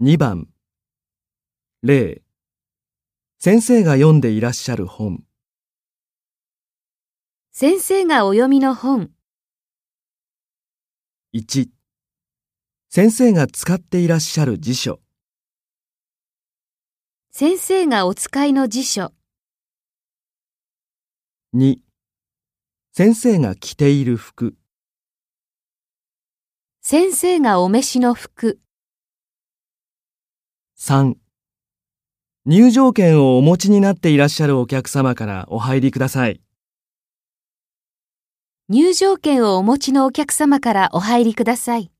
2番0先生が読んでいらっしゃる本先生がお読みの本、 1先生が使っていらっしゃる辞書先生がお使いの辞書、 2先生が着ている服先生がお召しの服、 3入場券をお持ちになっていらっしゃるお客様からお入りください入場券をお持ちのお客様からお入りください。